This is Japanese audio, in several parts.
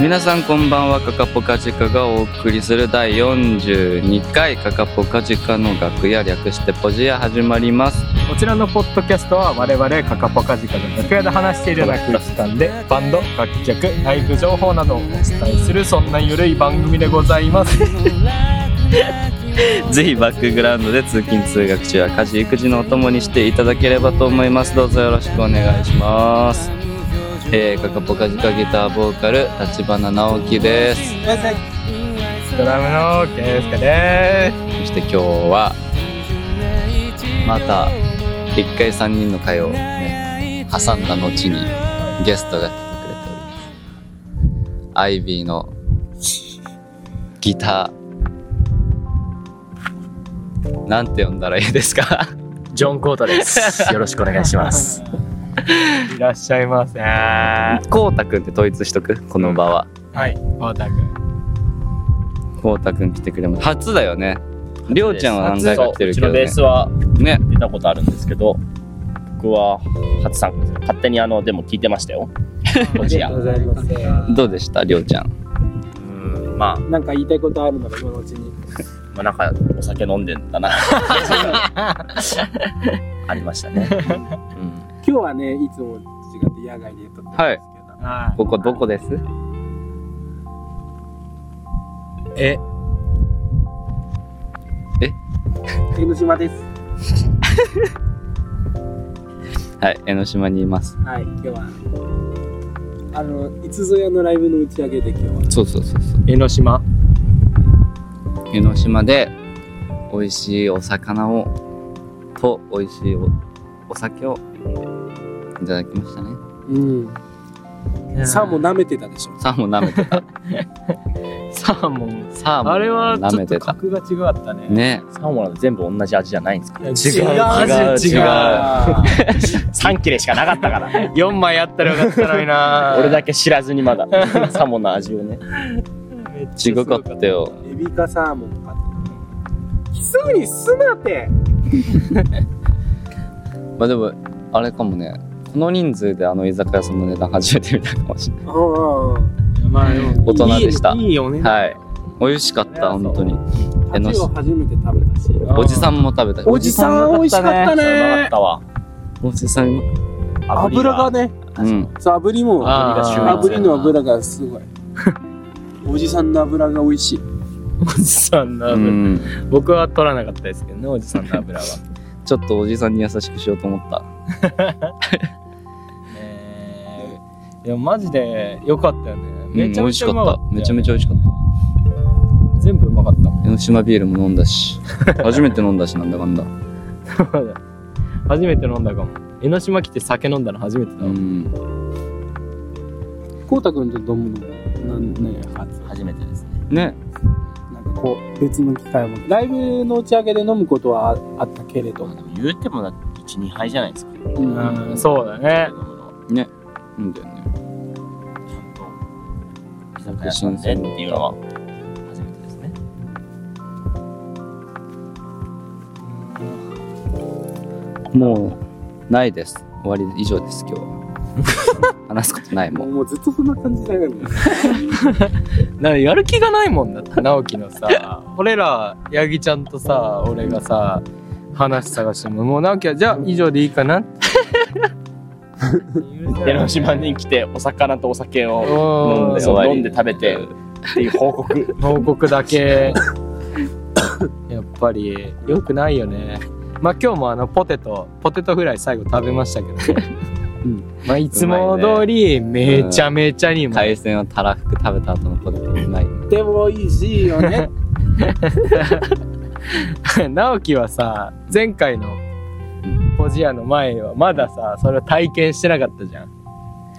皆さんこんばんはカカポカジカがお送りする第42回カカポカジカの楽屋略してポジア始まりますこちらのポッドキャストは我々カカポカジカの楽屋で話している楽器館でバンド楽曲ライブ情報などをお伝えするそんなゆるい番組でございます ぜひバックグラウンドで通勤通学中や家事育児のお供にしていただければと思いますどうぞよろしくお願いしますえー、カカポカジカギターボーカル立花直樹ですドラムのケンスケですそして今日はまた一回3人の会を、ね、挟んだ後にゲストが来てくれておりますアイビーのギターなんて呼んだらいいですか ジョン・コータ です。よろしくお願いします。いらっしゃいませはこうたくんって統一しとくこの場はい大田君こうたくん来てくれます初だよねりょうちゃんは何回か来てるけどそううちのベーねスはね出たことあるんですけど、僕は初参加です。勝手にあの、でも聞いてました よ。こちら。うざいますどうでしたりょうちゃんん、まあ、なんか言いたいことあるのか今のうちにまあ、なんかお酒飲んでんだ な。ありましたね。今日はね、いつも違って野外で撮ってるんですけど、ここどこですえ江ノ島です。はい江ノ島にいますはい、今日は。あの、いつぞやのライブの打ち上げで今日は。そうそうそうそう江ノ島江ノ島で美味しいお魚をと美味しいおお酒をいただきましたねうん。サーモン舐めてたでしょ。サーモン舐めてたサーモンサーモン あれはち舐ょめっとてた格が違かったねねサーモンなんて全部同じ味じゃないんですか違う違う違違うう ?3 切れしかなかったからね。 4枚あったらよかったのに な俺だけ知らずにまだ、 サーモンの味をね。違かったよエビかサーモンかって。キスにすなって。まあでもあれかもねこの人数であの居酒屋さんの値段初めて見たかもしれないうんうん。まあでも大人でしたいいいいよねはい美味しかった本当に江ノ味を島初めて食べたし。おじさんも食べたおじさん美味しかったなかっね。たわ。おじさんも油がね、ね、うんそう炙りも、あがー炙りの油がすごい。 おじさんの油が美味しい。おじさんのう油、ん僕は取らなかったですけどねおじさん の油はちょっとおじさんに優しくしようと思ったえーいやマジで良かったよねうん美めちゃめ味しちゃかうまっためちゃめちゃ美味しかったた全部うまかったもん江ノ島ビールも飲んだ し初めて飲んだしなんだかんだ初めて飲んだかも江ノ島来て酒飲んだの初めてだうわ、んこうたくんとどむのなんね、初。初めてですね。ねなんかこう、別の機会も。ライブの打ち上げで飲むことはああったけれども。言うてもだって1、2杯じゃないですか。うんそうだね飲むのはうんだよねちゃんと居酒屋さんでっていうのは初めてですね。もうないです終わりで以上です今日 は話すことないももうんもうずっとそんな感じだよね。なんかやる気がないもん だって直樹のさ俺ら八木ちゃんとさ俺がさ話探してももう直樹はじゃあ以上でい いかなって許せない江ノ島に来てお魚とお酒をお飲んーで終わりそう飲んで食べてっていう報 告報告だけやっぱり良くないよねまあ今日もあのポテトポテトフライ最後食べましたけどね、うんまあいつも通りめちゃめちゃにも、海鮮をたらふく食べた後のポテトうまいでもいいしよ ね。直樹はさ前回のポジアの前はまださそれを体験してなかったじゃん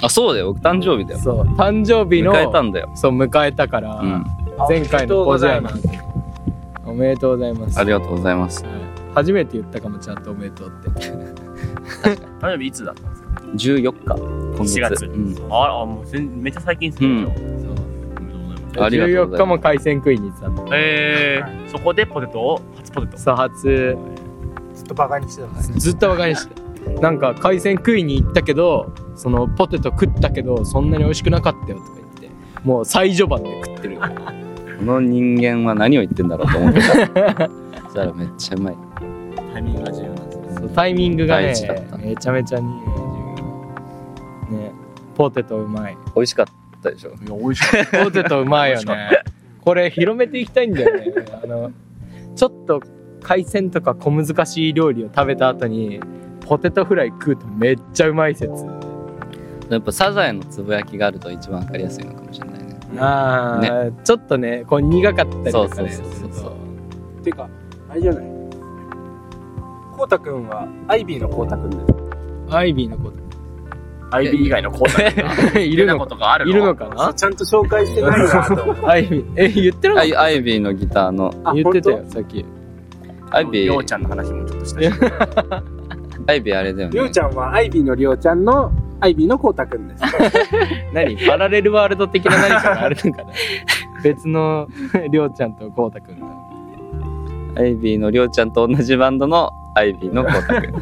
あそうだよ僕誕生日だよそう誕生日の迎えたんだよそう迎えたから、うん前回のポジアのおめでとうございますありがとうございますはい初めて言ったかもちゃんとおめでとうって誕生日いつだったんですか14日今月4月うん、ああもう全めっちゃ最近ですねうんそうありがとうござ14日いまも海鮮食いに行ってたんだえー、そこでポテトを初ポテトさ初ずっとバカにしてたずっと若いしてたなんか海鮮食いに行ったけどそのポテト食ったけどそんなに美味しくなかったよとか言ってもう最序盤で食ってるよこの人間は何を言ってんだろうと 思ってたそしたらめっちゃうまいタイミングが重要なんですねそうタイミングがね大事だっためちゃめちゃにねポテトうまい美味しかったでしょいや美味しかっポテトうまいよ ねこれ広めていきたいんだよねあのちょっと海鮮とか小難しい料理を食べた後にポテトフライ食うとめっちゃうまい説やっぱサザエのつぶやきがあると一番わかりやすいのかもしれないねあー、ちょっとねこう苦かったりそとうかそうねそうそうするとたてかあれじゃないこうたくんはアイビーのこうたくんですアイビーのこアイビー以外のコーナーがと いいるるなのこかとがあるのいるのかあなちゃんと紹介してないなと思ってアイビーえ言ってなかアっイアイビーのギターのたあ言ってた本よさっきアイビようーちゃんの話もちょっとしたしアイビーあれだよ当りょねうちゃんはアイビーのりょうちゃんのアイビーのこうたくんです何パラレルワールド的な何かがあるのかな 別のりょうちゃんとこうたくんがアイビーのりょうちゃんと同じバンドのアイビーの光 太くん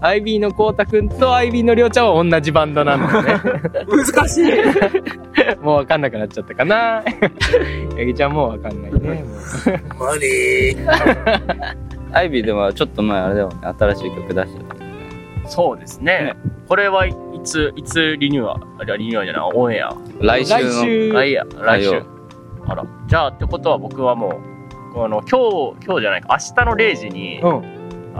アイビーのこうたくんとアイビーのりょうちゃんは同じバンドなんだよね難しい もうわかんなくなっちゃったか な八木ちゃんもうわかんないねもうマリーアイビーでもちょっと前あれだよね新しい曲出してたもんねそうですねこれはいついつリニューアルあれはリニューアルじゃないオンエア来週の来週来や来は週よあらじゃあってことは僕はもうあの今日今日じゃないか明日の0時に、うん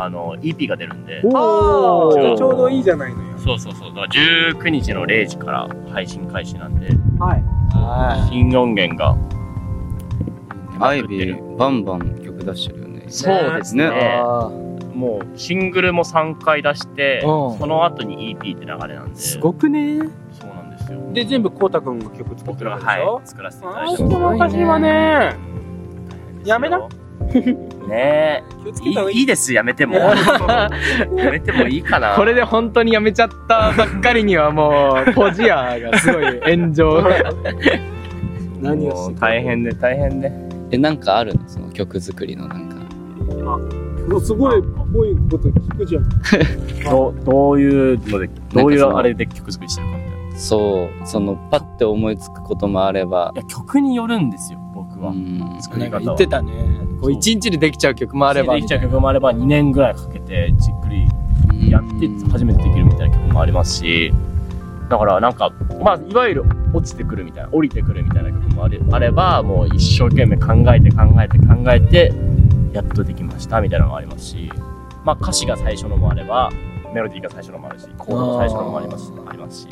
あの EP が出るんであーあちょうどいいじゃないのよそうそうそうだから19日の0時から配信開始なんではいは新音源がアイビーバンバン曲出してるよねそうですねいあーもうシングルも3回出してうんその後に EP って流れなんですごくねそうなんですよで全部こうたくんが曲作って僕るらんがでしはょい作らせていただあいのて人ますのおかしいわねやめな ね気をつえいけた方がいいいいいですやめても やめてもいいかなこれで本当にやめちゃったばっかりにはもうポジアがすごい炎 上何をもうして大変で大変でえなんかあるのその曲作りのなんかもうすごいっぽいこと聞くじゃんどどういうのでどういなんかそうのあれで曲作りしてるかみたいないそうそのパッて思いつくこともあればや曲によるんですよ僕は、うん作なりんか方言ってたねこう一日でできちゃう曲もあればできちゃう曲もあれば2年ぐらいかけてじっくりやって初めてできるみたいな曲もありますしだからなんかまあいわゆる落ちてくるみたいな降りてくるみたいな曲もあれあればもう一生懸命考えて考えて考えてやっとできましたみたいなのもありますしまあ歌詞が最初のもあればメロディーが最初のもあるしコードが最初のもありますしありますし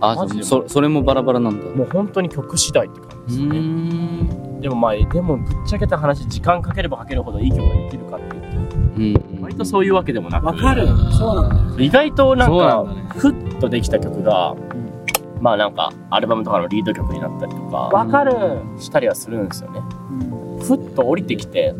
あマジじゃであそそれもバラバラなんだもう本当に曲次第って感うじですねんでもまあでもぶっちゃけた話時間かければかけるほどいい曲ができるかっていうとうん割とそういうわけでもなくわかるそうなんだよ意外となんそうなかんだねふっとできた曲が、まあなんかアルバムとかのリード曲になったりとかわかるしたりはするんですよねふっと降りてきて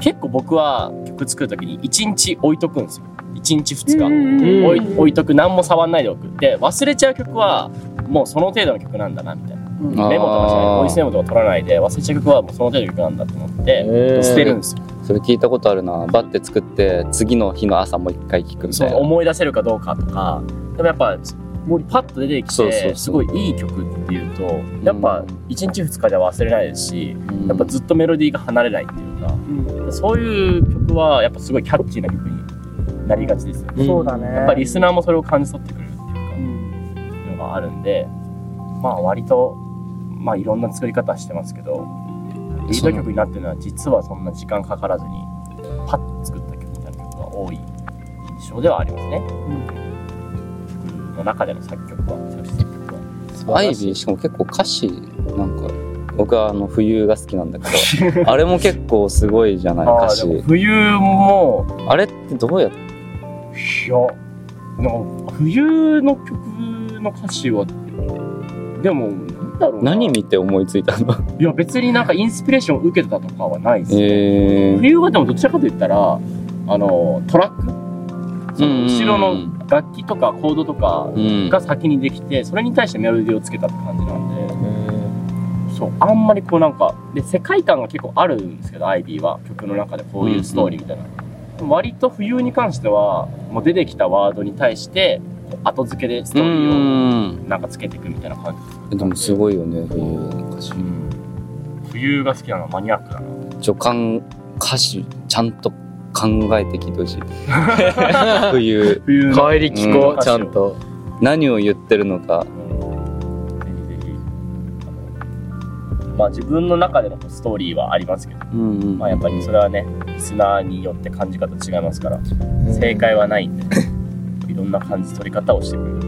結構僕は曲作る時に1日置いとくんですよ1日2日、うん置い置いとく何も触んないでおくで忘れちゃう曲はもうその程度の曲なんだなみたいなあーメモとかしないボイスメモとか取らないで忘れちゃう曲はもうその程度の曲なんだと思って捨てるんですよそれ聞いたことあるなバッて作って次の日の朝もう一回聞くみそたいうな思い出せるかどうかとかでもやっぱもうパッと出てきてそうそうそうすごいいい曲っていうとやっぱ1日2日では忘れないですしうんやっぱずっとメロディーが離れないっていうかそういう曲はやっぱすごいキャッチーな曲になりがちですよね、そうだねやっぱリスナーもそれを感じ取ってくれるってういんうかのがあるんでまあ割とまあいろんな作り方してますけどリード曲になってるのは実はそんな時間かからずにパッと作った曲みたいな曲が多い印象ではありますねの中での作曲は作詞作曲はアイビーしかも結構歌詞なんか僕はあの冬が好きなんだけどあれも結構すごいじゃないあ歌ーでも詞冬もあれってどうやっていやなんか冬の曲の歌詞はでもなんだろうな何見て思いついたの いや別になんかインスピレーションを受けてたとかはないです、えー、冬はでもどちらかといったらあのトラックその後ろの楽器とかコードとかうんが先にできてそれに対してメロディーをつけたって感じなんでそうあんまりこうなんかで世界観が結構あるんですけどアイビーは曲の中でこういうストーリーみたいな、割と冬に関してはもう出てきたワードに対してこう後付けでストうーリーんをなんかつけていくみたいな感じ、でもすごいよね冬の歌詞冬が好きなのはマニアックだなちょかん歌詞ちゃんと考えて聞いてほしい冬冬の帰り聞こう、うんちゃんと何を言ってるのかぜひぜひあのまあ自分の中でのストーリーはありますけど、うんうんまあ、やっぱりそれはねリスナーによって感じ方違いますから正解はないんでいろんな感じ取り方をしてくれると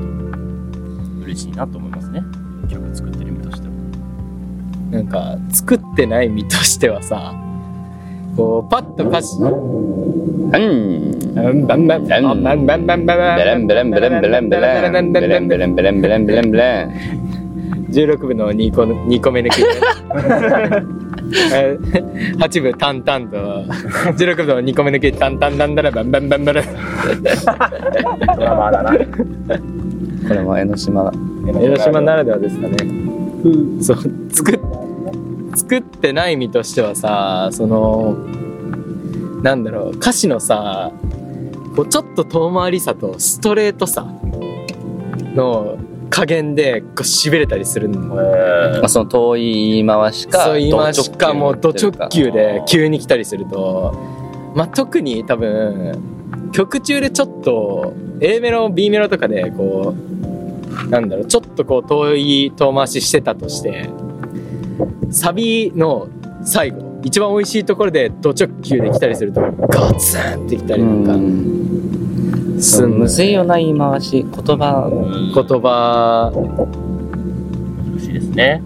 嬉しいなと思いますね曲作ってる身としてもなんか作ってない身としてはさこうパッと歌詞うんバンバンバンバンバンバンバンバンベレンベレンベレンベレンベレンベレンベレンベレンベレンベレンベレン16部の2個二個目抜き で8部タンタンと16部の2個目抜きタンタンタンだらバンバンバンバラ ドラマーだなこれも江ノ島広島ならではですかねうんそう作っ作ってない身としてはさそのなんだろう歌詞のさこうちょっと遠回りさとストレートさの加減でこうしびれたりするのえーまあその遠い言い回しかそう言いましかもうド直球であー急に来たりするとまあ特に多分曲中でちょっと A メロ B メロとかでこうなんだろうちょっとこう遠い遠回ししてたとしてサビの最後一番美味しいところでド直球で来たりするとガツンって来たりとかすんのむずいよな言い回し言葉うん言葉難しいですね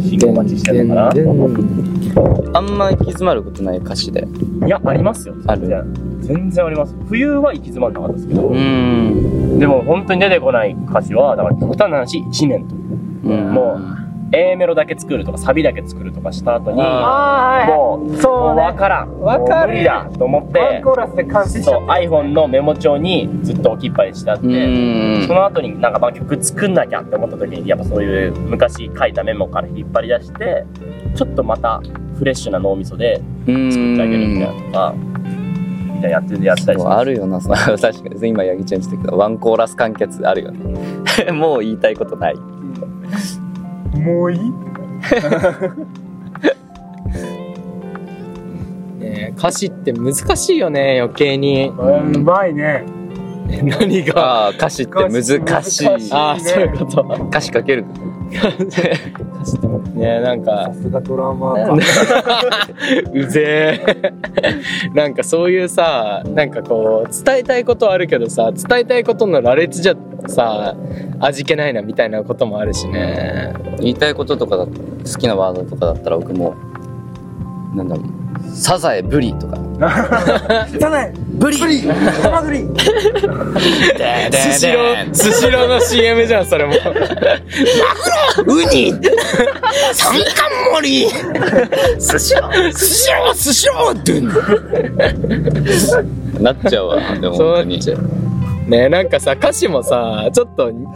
信号待ちしてるのかあんま行き詰まることない歌詞でないやありますよあ全る然全然あります冬は行き詰まんなかったですけど、うんでも本当に出てこない歌詞はだから極端な話1年ともう A メロだけ作るとかサビだけ作るとかした後にああもうそう、分からんわかる無理だと思っワンてコーラスで完成しちそゃうった iPhone のメモ帳にずっと置きっぱにしてあって、うんその後になんかまあ曲作んなきゃって思った時にやっぱそういう昔書いたメモから引っ張り出してちょっとまたフレッシュな脳みそでうん作ってあげる みたいなとか、みたいなやってやってたりしそうますあるよな、その確かに。今、ヤギちゃん言ってたけど、ワンコーラス完結あるよね。もう言いたいことない。もういいね歌詞って難しいよね余計にうんうまいね何がああ、歌詞って難しい。難しいああそういうこと歌詞かける。ねなんかさすがドラマーかうぜえ なんかそういうさなんかこう伝えたいことはあるけどさ伝えたいことの羅列じゃさ味気ないなみたいなこともあるしね言いたいこととかだ好きなワードとかだったら、僕も、なんだろう。サザエブリとか。じゃないブリブリハマグリスシロースシローの CM じゃんそ れもウ ニ三冠盛りスシロースシロースシロードゥンなっちゃう わ、でもそう本な当っに。ちゃうねなんかさ歌詞もさちょっとに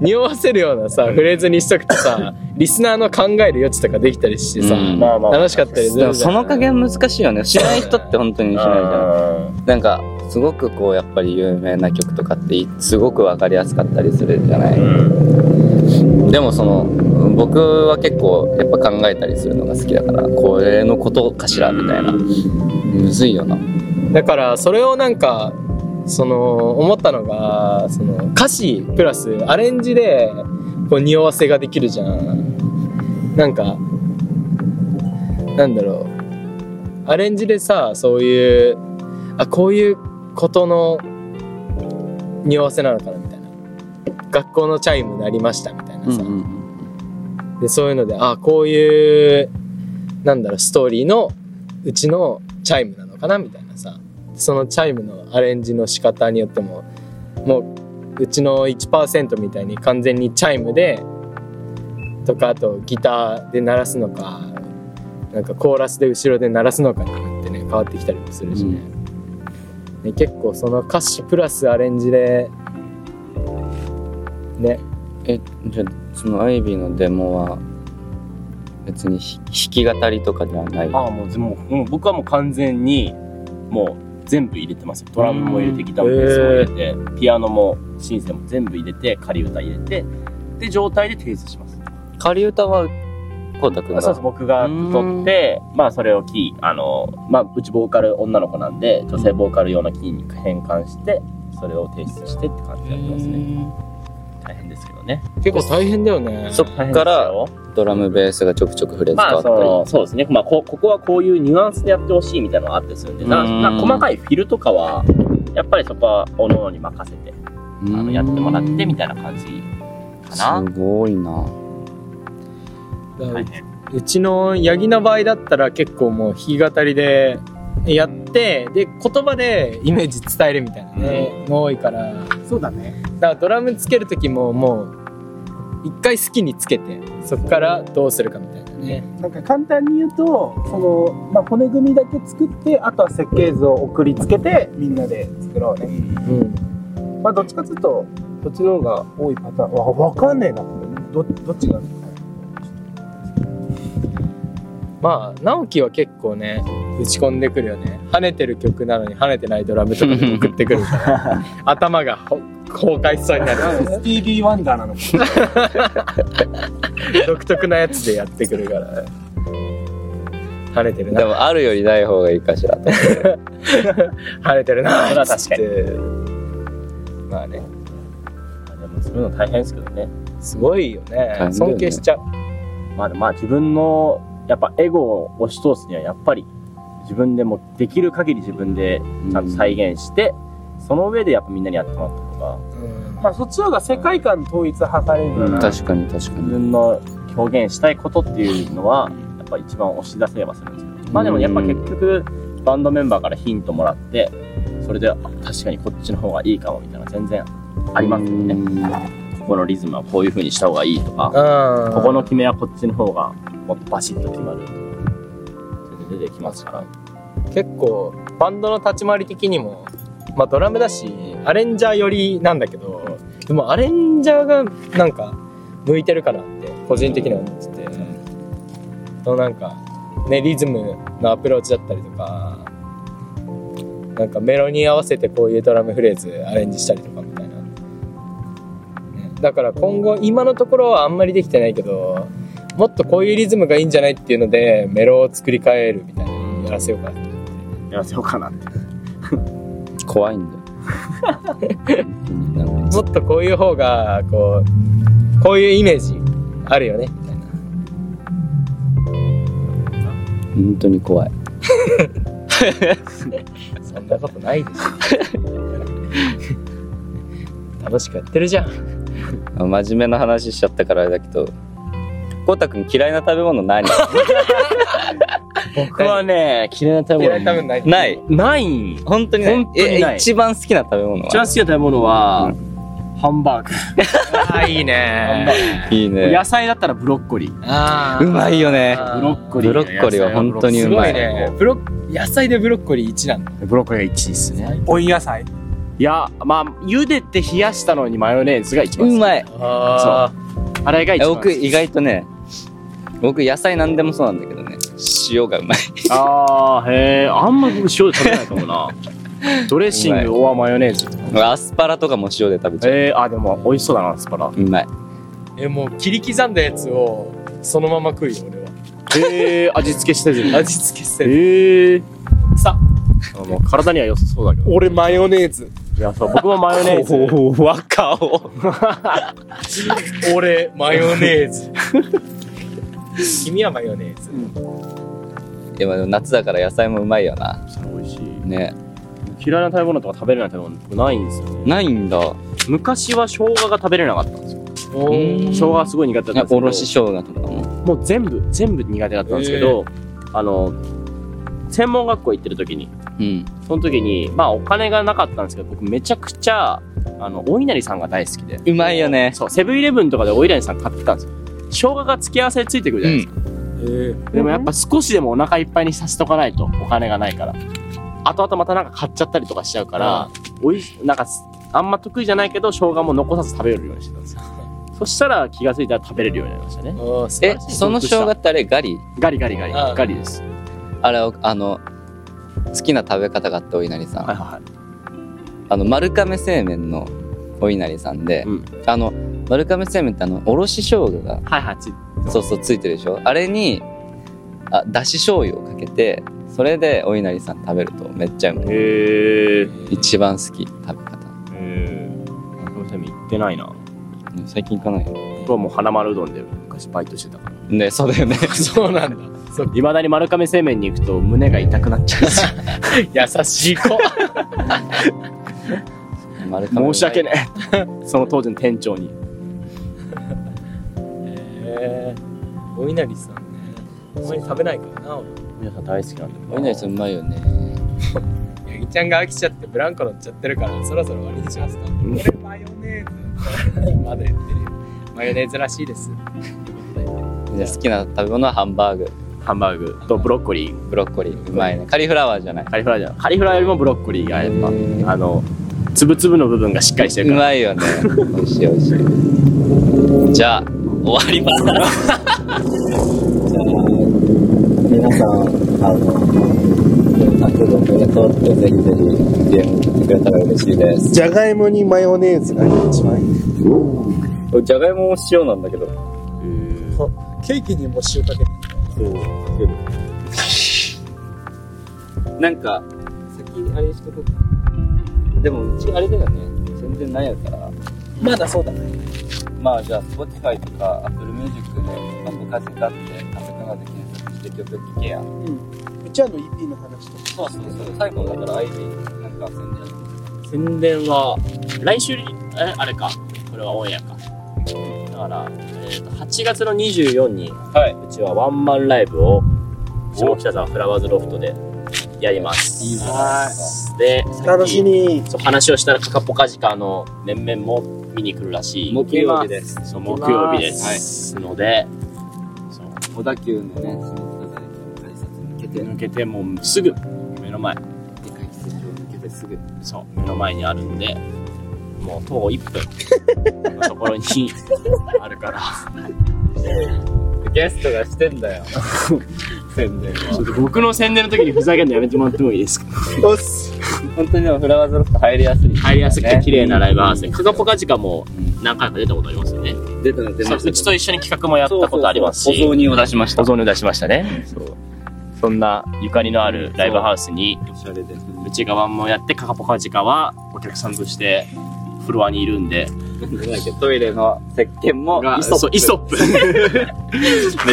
匂わせるようなさフレーズにしとくとさリスナーの考える余地とかできたりしてさ、うんまあまあ楽しかったりすでもるじゃそんの加減難しいよね。知らない人って本当に知らないじゃん。うんなんかすごくこうやっぱり有名な曲とかっていすごく分かりやすかったりするじゃなういんでもその僕は結構やっぱ考えたりするのが好きだからこれのことかしらみたいなむずいよなだからそれをなんかその思ったのがその歌詞プラスアレンジでこう匂わせができるじゃんなんかなんだろうアレンジでさそういうあこういうことの匂わせなのかなみたいな学校のチャイム鳴りましたみたいなさ、でそういうのであこういうなんだろうストーリーのうちのチャイムなのかなみたいなさそのチャイムのアレンジの仕方によってももううちの1%みたいに完全にチャイムでとかあとギターで鳴らすのかなんかコーラスで後ろで鳴らすのかによってね変わってきたりもするしね,、ね結構その歌詞プラスアレンジでねえじゃあそのアイビーのデモは別にひ弾き語りとかではないああもうでももう僕はもう完全にもう全部入れてますよドラムも入れてギターもベースも入れて、ピアノもシンセも全部入れて仮歌入れてで状態で提出します仮歌はこうたくんそうですが僕が取ってまあそれをキーあの、まあ、うちボーカル女の子なんで女性ボーカル用のキーに変換してそれを提出してって感じでやってますね大変ですけどね結構大変だよねそ大っ変ですからよドラムベースがちょくちょくフレーズ変まわあったそり、のそうですね、まあ、こここはこういうニュアンスでやってほしいみたいなのがあってするんでなうんな細かいフィルとかはやっぱりそこはおののに任せてあのやってもらってみたいな感じかなすごいなだから大変うちのヤギの場合だったら結構もう弾き語りでやってで言葉でイメージ伝えるみたいなねの多いからだかそうだね。らドラムつける時ももう一回好きにつけてそこからどうするかみたいなねなんか簡単に言うと、その、まあ、骨組みだけ作って、あとは設計図を送りつけて、みんなで作ろうね。うんまあ、どっちかというと、こっちの方が多いパターン。わ、わかんねえな。ど、どっちが。まあ直樹は結構ね打ち込んでくるよね跳ねてる曲なのに跳ねてないドラムとかで送ってくるから頭がほ崩壊しそうになるスティービーワンダーなのか。独特なやつでやってくるからね跳ねてるなでもあるよりない方がいいかしらと思って晴れてるなそれは確かににまあねでもそういうの大変ですけどねすごいよね変だよね尊敬しちゃうまあでもまあ自分のやっぱエゴを押し通すにはやっぱり自分でもできる限り自分でちゃんと再現して、その上でやっぱみんなにやってもらった方がまあ、そっちの方が世界観統一はされるうんな。確かに確か自に分の表現したいことっていうのはやっぱ一番押し出せればするんですけどまあでもやっぱ結局バンドメンバーからヒントもらってそれであ確かにこっちの方がいいかもみたいな全然ありますよねここのリズムはこういう風にした方がいいとかうんここの決めはこっちの方がもっとバシッと決まるとか全然出てきますから結構バンドの立ち回り的にもまあドラムだしアレンジャー寄りなんだけどでもアレンジャーがなんか向いてるかなって個人的には思っててそのなんかねリズムのアプローチだったりとかなんかメロに合わせてこういうドラムフレーズアレンジしたりとかみたいな、ねだから今後今のところはあんまりできてないけどもっとこういうリズムがいいんじゃないっていうのでメロを作り変えるみたいなのやらせようかなやらせようかなって怖いん だよなんかもっとこういう方がこうこういうイメージあるよねみたいな本当に怖いそんなことないでしょ楽しくやってるじゃんあ真面目な話しちゃったからあれだけどこうたくん嫌いな食べ物何 僕はね嫌いな食べ嫌い多物分ないないないん一本当にない本当にないえ一番好きな食べ物は番好きな食べ物は、ハンバーグあーいいねいいね野菜だったらブロッコリーあーうまいよねあーブロッコリーブロッコリーは本当にすうごまいいねブロッ野菜でブロッコリー1なんだブロッコリーが1位ですね温野菜。いやまあ茹でて冷やしたのにマヨネーズが一番好きうまいああれが一え番僕意外とね僕野菜何でもそうなんだけどね塩がうまいああへえあんま僕塩で食べないか もなドレッシングオアマヨネーズアスパラとかも塩で食べちゃうえー、あでも美味しそうだなアスパラうまいえもう切り刻んだやつをそのまま食うよ俺はえー、味付けしてずに味付けせずえー、さあもう体には良さそうだけど俺マヨネーズ。いやそう僕もマヨネーズ怖顔 俺マヨネーズ君はマヨネーズでも夏だから野菜もうまいよな美味しいね嫌いな食べ物とか食べれない食べ物僕ないんですよねないんだ昔は生姜が食べれなかったんですよおうーん生姜がすごい苦手だったんですけどおろし生姜とかももう全部全部苦手だったんですけど、あの専門学校行ってる時にうんその時にまあお金がなかったんですけど僕めちゃくちゃあのお稲荷さんが大好きでうまいよねそうセブンイレブンとかでお稲荷さん買ってたんですよ生姜が付け合わせでついてくるじゃないですか、でもやっぱ少しでもお腹いっぱいにさせとかないとお金がないから後々またなんか買っちゃったりとかしちゃうから、おいしなんかあんま得意じゃないけど生姜も残さず食べるようにしてたんですよそそしたら気がついたら食べれるようになりましたねえ、その生姜ってあれガリガリガリガリあーガリですあれ、あの、好きな食べ方があって、お稲荷さん。はいはいはいあの、丸亀製麺のお稲荷さんで、うんあの、丸亀製麺ってあの、おろし生姜が、はいはいつそうそう、ついてるでしょあれに、あ、だし醤油をかけて、それでお稲荷さん食べるとめっちゃうまい。へえ一番好き、食べ方。えー、丸亀製麺行ってないなうん最近行かないよ。僕はもう花丸うどんで昔バイトしてたからね、そうだよ ね。そうなんだそういまだに丸亀製麺に行くと胸が痛くなっちゃうんですよ優しい子丸亀 申し訳ない その当時の店長にえー、お稲荷さんねあんまり食べないからな俺皆さん大好きなんお稲荷さんうまいよね。ヤギちゃんが飽きちゃってブランコ乗っちゃってるからそろそろ終わりにしますかん俺マヨネーズまだ言ってるよマヨネーズらしいでじすゃあ好きな食べ物はハンバーグ、ハンバーグとブロッコリーブロッコリー、うまいね。カリフラワーじゃない。カリフラワーじゃないカリフラワーよりもブロッコリーがやっぱあの粒々の部分がしっかりしてるうからまいよね。美味しい美味しい。じゃあ、終わります。皆さん、あの、先ほどおめでとうってぜひぜひ DM してくれたら嬉しいです。じゃがいもにマヨネーズが一番いいじゃがいもも塩なんだけど。ケーキにも塩かけてなんか、先あれしとこうか。でもうちあれだよね。全然ないやから。まだそうだねまあじゃあ、Spotify とか Apple Music で、まあ、部活だって、カタカナで検索して曲聴けや。うちはの EP の話とかそうそうそう。最後だから IB、なんか宣伝やって宣伝は来週にえあれかこれはオンエアかだから、えーと8月の24に、はいうちはワンマンライブを下北沢フラワーズロフトでやりますいいねでさっき楽しみそう話をしたらカカポカジカの面々も見に来るらしい木曜日ですそう木曜日ですのでそう小田急のね、下北沢駅の改札抜けて、抜けてもうすぐ目の前でかい喫煙所を抜けてすぐ。そう目の前にあるんでもう徒歩1分のところ にあるからゲストがしてん だよ。宣伝ちょっと僕の宣伝の時にふざけんのやめてもらってもいいです かよし。本当にでもフラワーズロフト入りやすい。入りやすくて綺麗なライブハウスで、カカポカカジカも何回か出たことありますよね。出た出そううちと一緒に企画もやったことありますお雑し、煮を出しました。お雑煮出しましたね。そうそんなゆかりのあるライブハウスに、おしゃれで。うちがワンもやって、カカポカジカはお客さんとしてフロアにいるんで、トイレの石鹸もがイソップそうイソ ップ。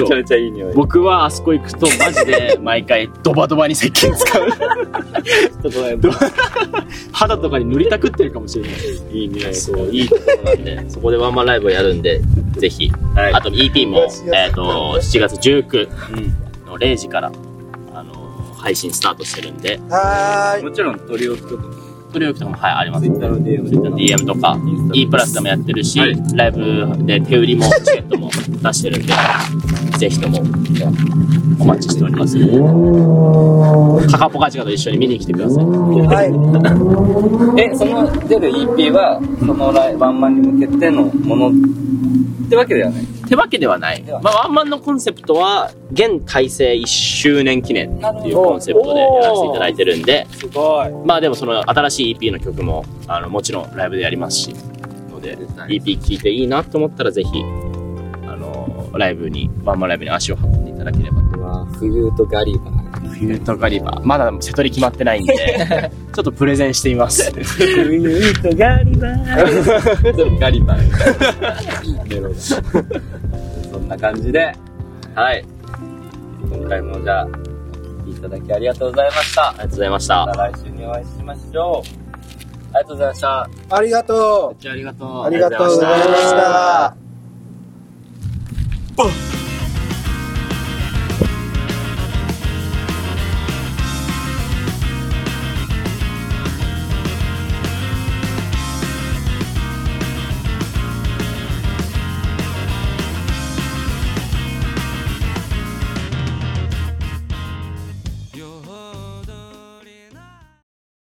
めちゃめちゃいい匂い。ちょ僕はあそこ行くとマジで毎回ドバドバに石鹸使う。っとごめん肌とかに塗りたくってるかもしれない。いいね。そう、いいところなんで、そこでワンマンライブをやるんで、ぜひ。あと EP も、えっ、と、7月19の0時から、あの、配信スタートしてるんで、はーいもちろん取り置きとかそれよくとかも、はい、あります。 Twitter の DM で DM とか、E プラスでもやってるし、はいライブで手売りも、チケットも出してるんで、ぜひとも、お待ちしております。カカポカチカと一緒に見に来てください。はいえ、その出る EP は、そのライワンマンに向けてのものってわけではない。ってわけではない。まあ、ワンマンのコンセプトは、現体制1周年記念っていうコンセプトでやらせていただいてるんで、すごいまあでもその新しい EP の曲も、あの、もちろんライブでやりますし、ので、EP 聴いていいなと思ったらぜひ、あの、ライブに、ワンマンライブに足を運んでいただければ。冬とガリバー。冬とガリバー。まだ瀬戸り決まってないんで、ちょっとプレゼンしてみます。ガリバー。 メロが。そんな感じで、はい。今回もじゃあ、お聞きいただきありがとうございましたあり。がとうございましまた。た来週にお会いしましょう。ありがとうございました。ありがとうありがとうありがとうございました。